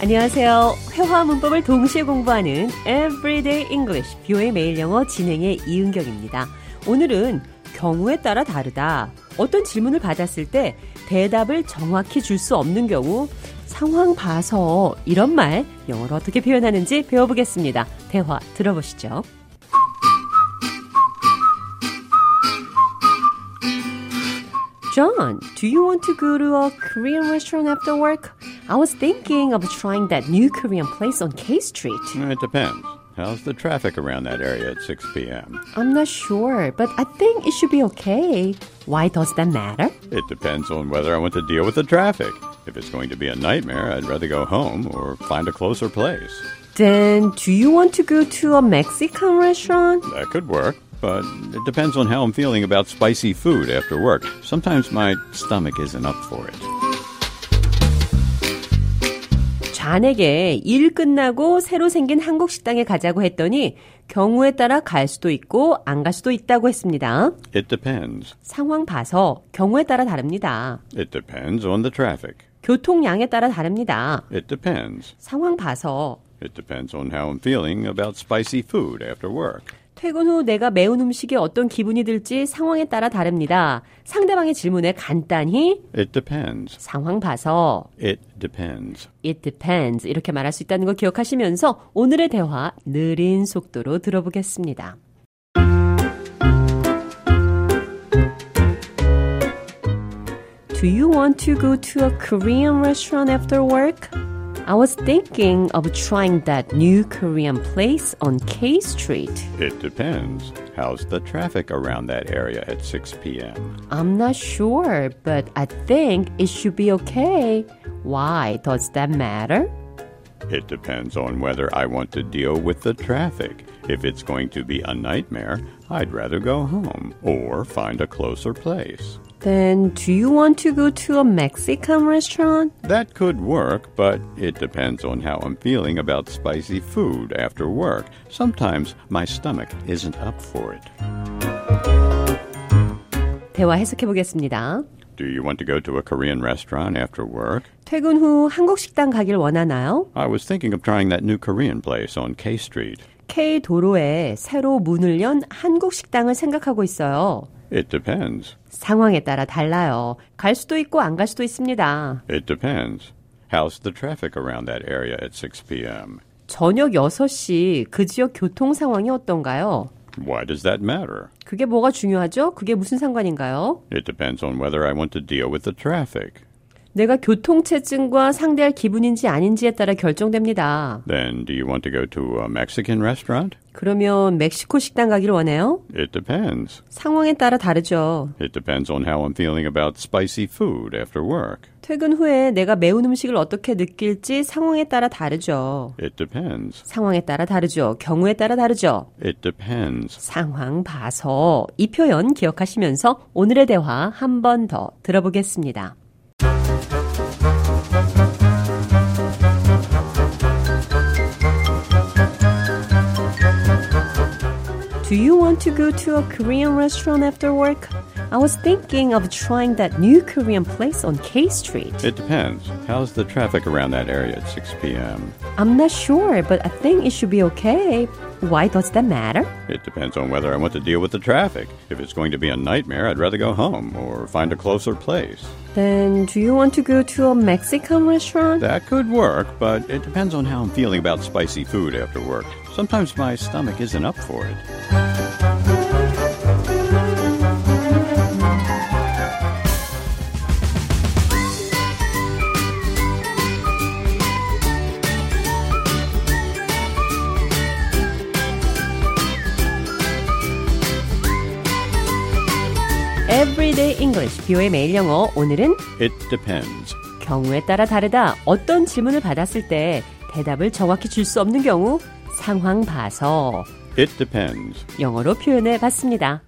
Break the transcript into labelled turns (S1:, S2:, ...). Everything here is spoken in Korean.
S1: 안녕하세요. 회화 문법을 동시에 공부하는 Everyday English 뷰의 매일 영어 진행의 이은경입니다. 오늘은 경우에 따라 다르다. 어떤 질문을 받았을 때 대답을 정확히 줄 수 없는 경우 상황 봐서 이런 말 영어로 어떻게 표현하는지 배워보겠습니다. 대화 들어보시죠. John, do you want to go to a Korean restaurant after work? I was thinking of trying that new Korean place on K Street.
S2: It depends. How's the traffic around that area at 6 p.m.?
S1: I'm not sure, but I think it should be okay. Why does that matter?
S2: It depends on whether I want to deal with the traffic. If it's going to be a nightmare, I'd rather go home or find a closer place.
S1: Then, do you want to go to a Mexican restaurant?
S2: That could work, but it depends on how I'm feeling about spicy food after work. Sometimes my stomach isn't up for it.
S1: 잔에게 일 끝나고 새로 생긴 한국 식당에 가자고 했더니 경우에 따라 갈 수도 있고 안 갈 수도 있다고 했습니다.
S2: It depends.
S1: 상황 봐서 경우에 따라 다릅니다.
S2: It depends on the traffic.
S1: 교통량에 따라 다릅니다.
S2: It depends.
S1: 상황 봐서
S2: It depends on how I'm feeling about spicy food after work.
S1: 퇴근 후 내가 매운 음식에 어떤 기분이 들지 상황에 따라 다릅니다. 상대방의 질문에 간단히
S2: It depends.
S1: 상황 봐서
S2: It depends.
S1: It depends 이렇게 말할 수 있다는 거 기억하시면서 오늘의 대화 느린 속도로 들어보겠습니다. Do you want to go to a Korean restaurant after work? I was thinking of trying that new Korean place on K Street.
S2: It depends. How's the traffic around that area at 6 p.m.?
S1: I'm not sure, but I think it should be okay. Why does that matter?
S2: It depends on whether I want to deal with the traffic. If it's going to be a nightmare, I'd rather go home or find a closer place.
S1: Then, do you want to go to a Mexican restaurant?
S2: That could work, but it depends on how I'm feeling about spicy food after work. Sometimes my stomach isn't up for it.
S1: 대화 해석해 보겠습니다.
S2: Do you want to go to a Korean restaurant after work?
S1: 퇴근 후 한국 식당 가길 원하나요?
S2: I was thinking of trying that new Korean place on K Street.
S1: K 도로에 새로 문을 연 한국 식당을 생각하고 있어요.
S2: It depends.
S1: 상황에 따라 달라요. 갈 수도 있고 안 갈 수도 있습니다.
S2: It depends. How's the traffic around that area at 6 p.m.?
S1: 저녁 6시 그 지역 교통 상황이 어떤가요?
S2: Why does that matter?
S1: 그게 뭐가 중요하죠? 그게 무슨 상관인가요?
S2: It depends on whether I want to deal with the traffic.
S1: 내가 교통체증과 상대할 기분인지 아닌지에 따라 결정됩니다.
S2: Then, do you want to go to a Mexican restaurant?
S1: 그러면 멕시코 식당 가길 원해요?
S2: It depends.
S1: 상황에 따라 다르죠.
S2: It depends on how I'm feeling about spicy food after work.
S1: 퇴근 후에 내가 매운 음식을 어떻게 느낄지 상황에 따라 다르죠.
S2: It depends.
S1: 상황에 따라 다르죠. 경우에 따라 다르죠.
S2: It depends.
S1: 상황 봐서 이 표현 기억하시면서 오늘의 대화 한 번 더 들어보겠습니다. Do you want to go to a Korean restaurant after work? I was thinking of trying that new Korean place on K Street.
S2: It depends. How's the traffic around that area at 6 p.m.?
S1: I'm not sure, but I think it should be okay. Why does that matter?
S2: It depends on whether I want to deal with the traffic. If it's going to be a nightmare, I'd rather go home or find a closer place.
S1: Then, do you want to go to a Mexican restaurant?
S2: That could work, but it depends on how I'm feeling about spicy food after work. Sometimes my stomach isn't up for it.
S1: Everyday English, 뷰의 매일 영어. 오늘은
S2: It depends.
S1: 경우에 따라 다르다. 어떤 질문을 받았을 때 대답을 정확히 줄 수 없는 경우 상황 봐서
S2: It depends.
S1: 영어로 표현해 봤습니다.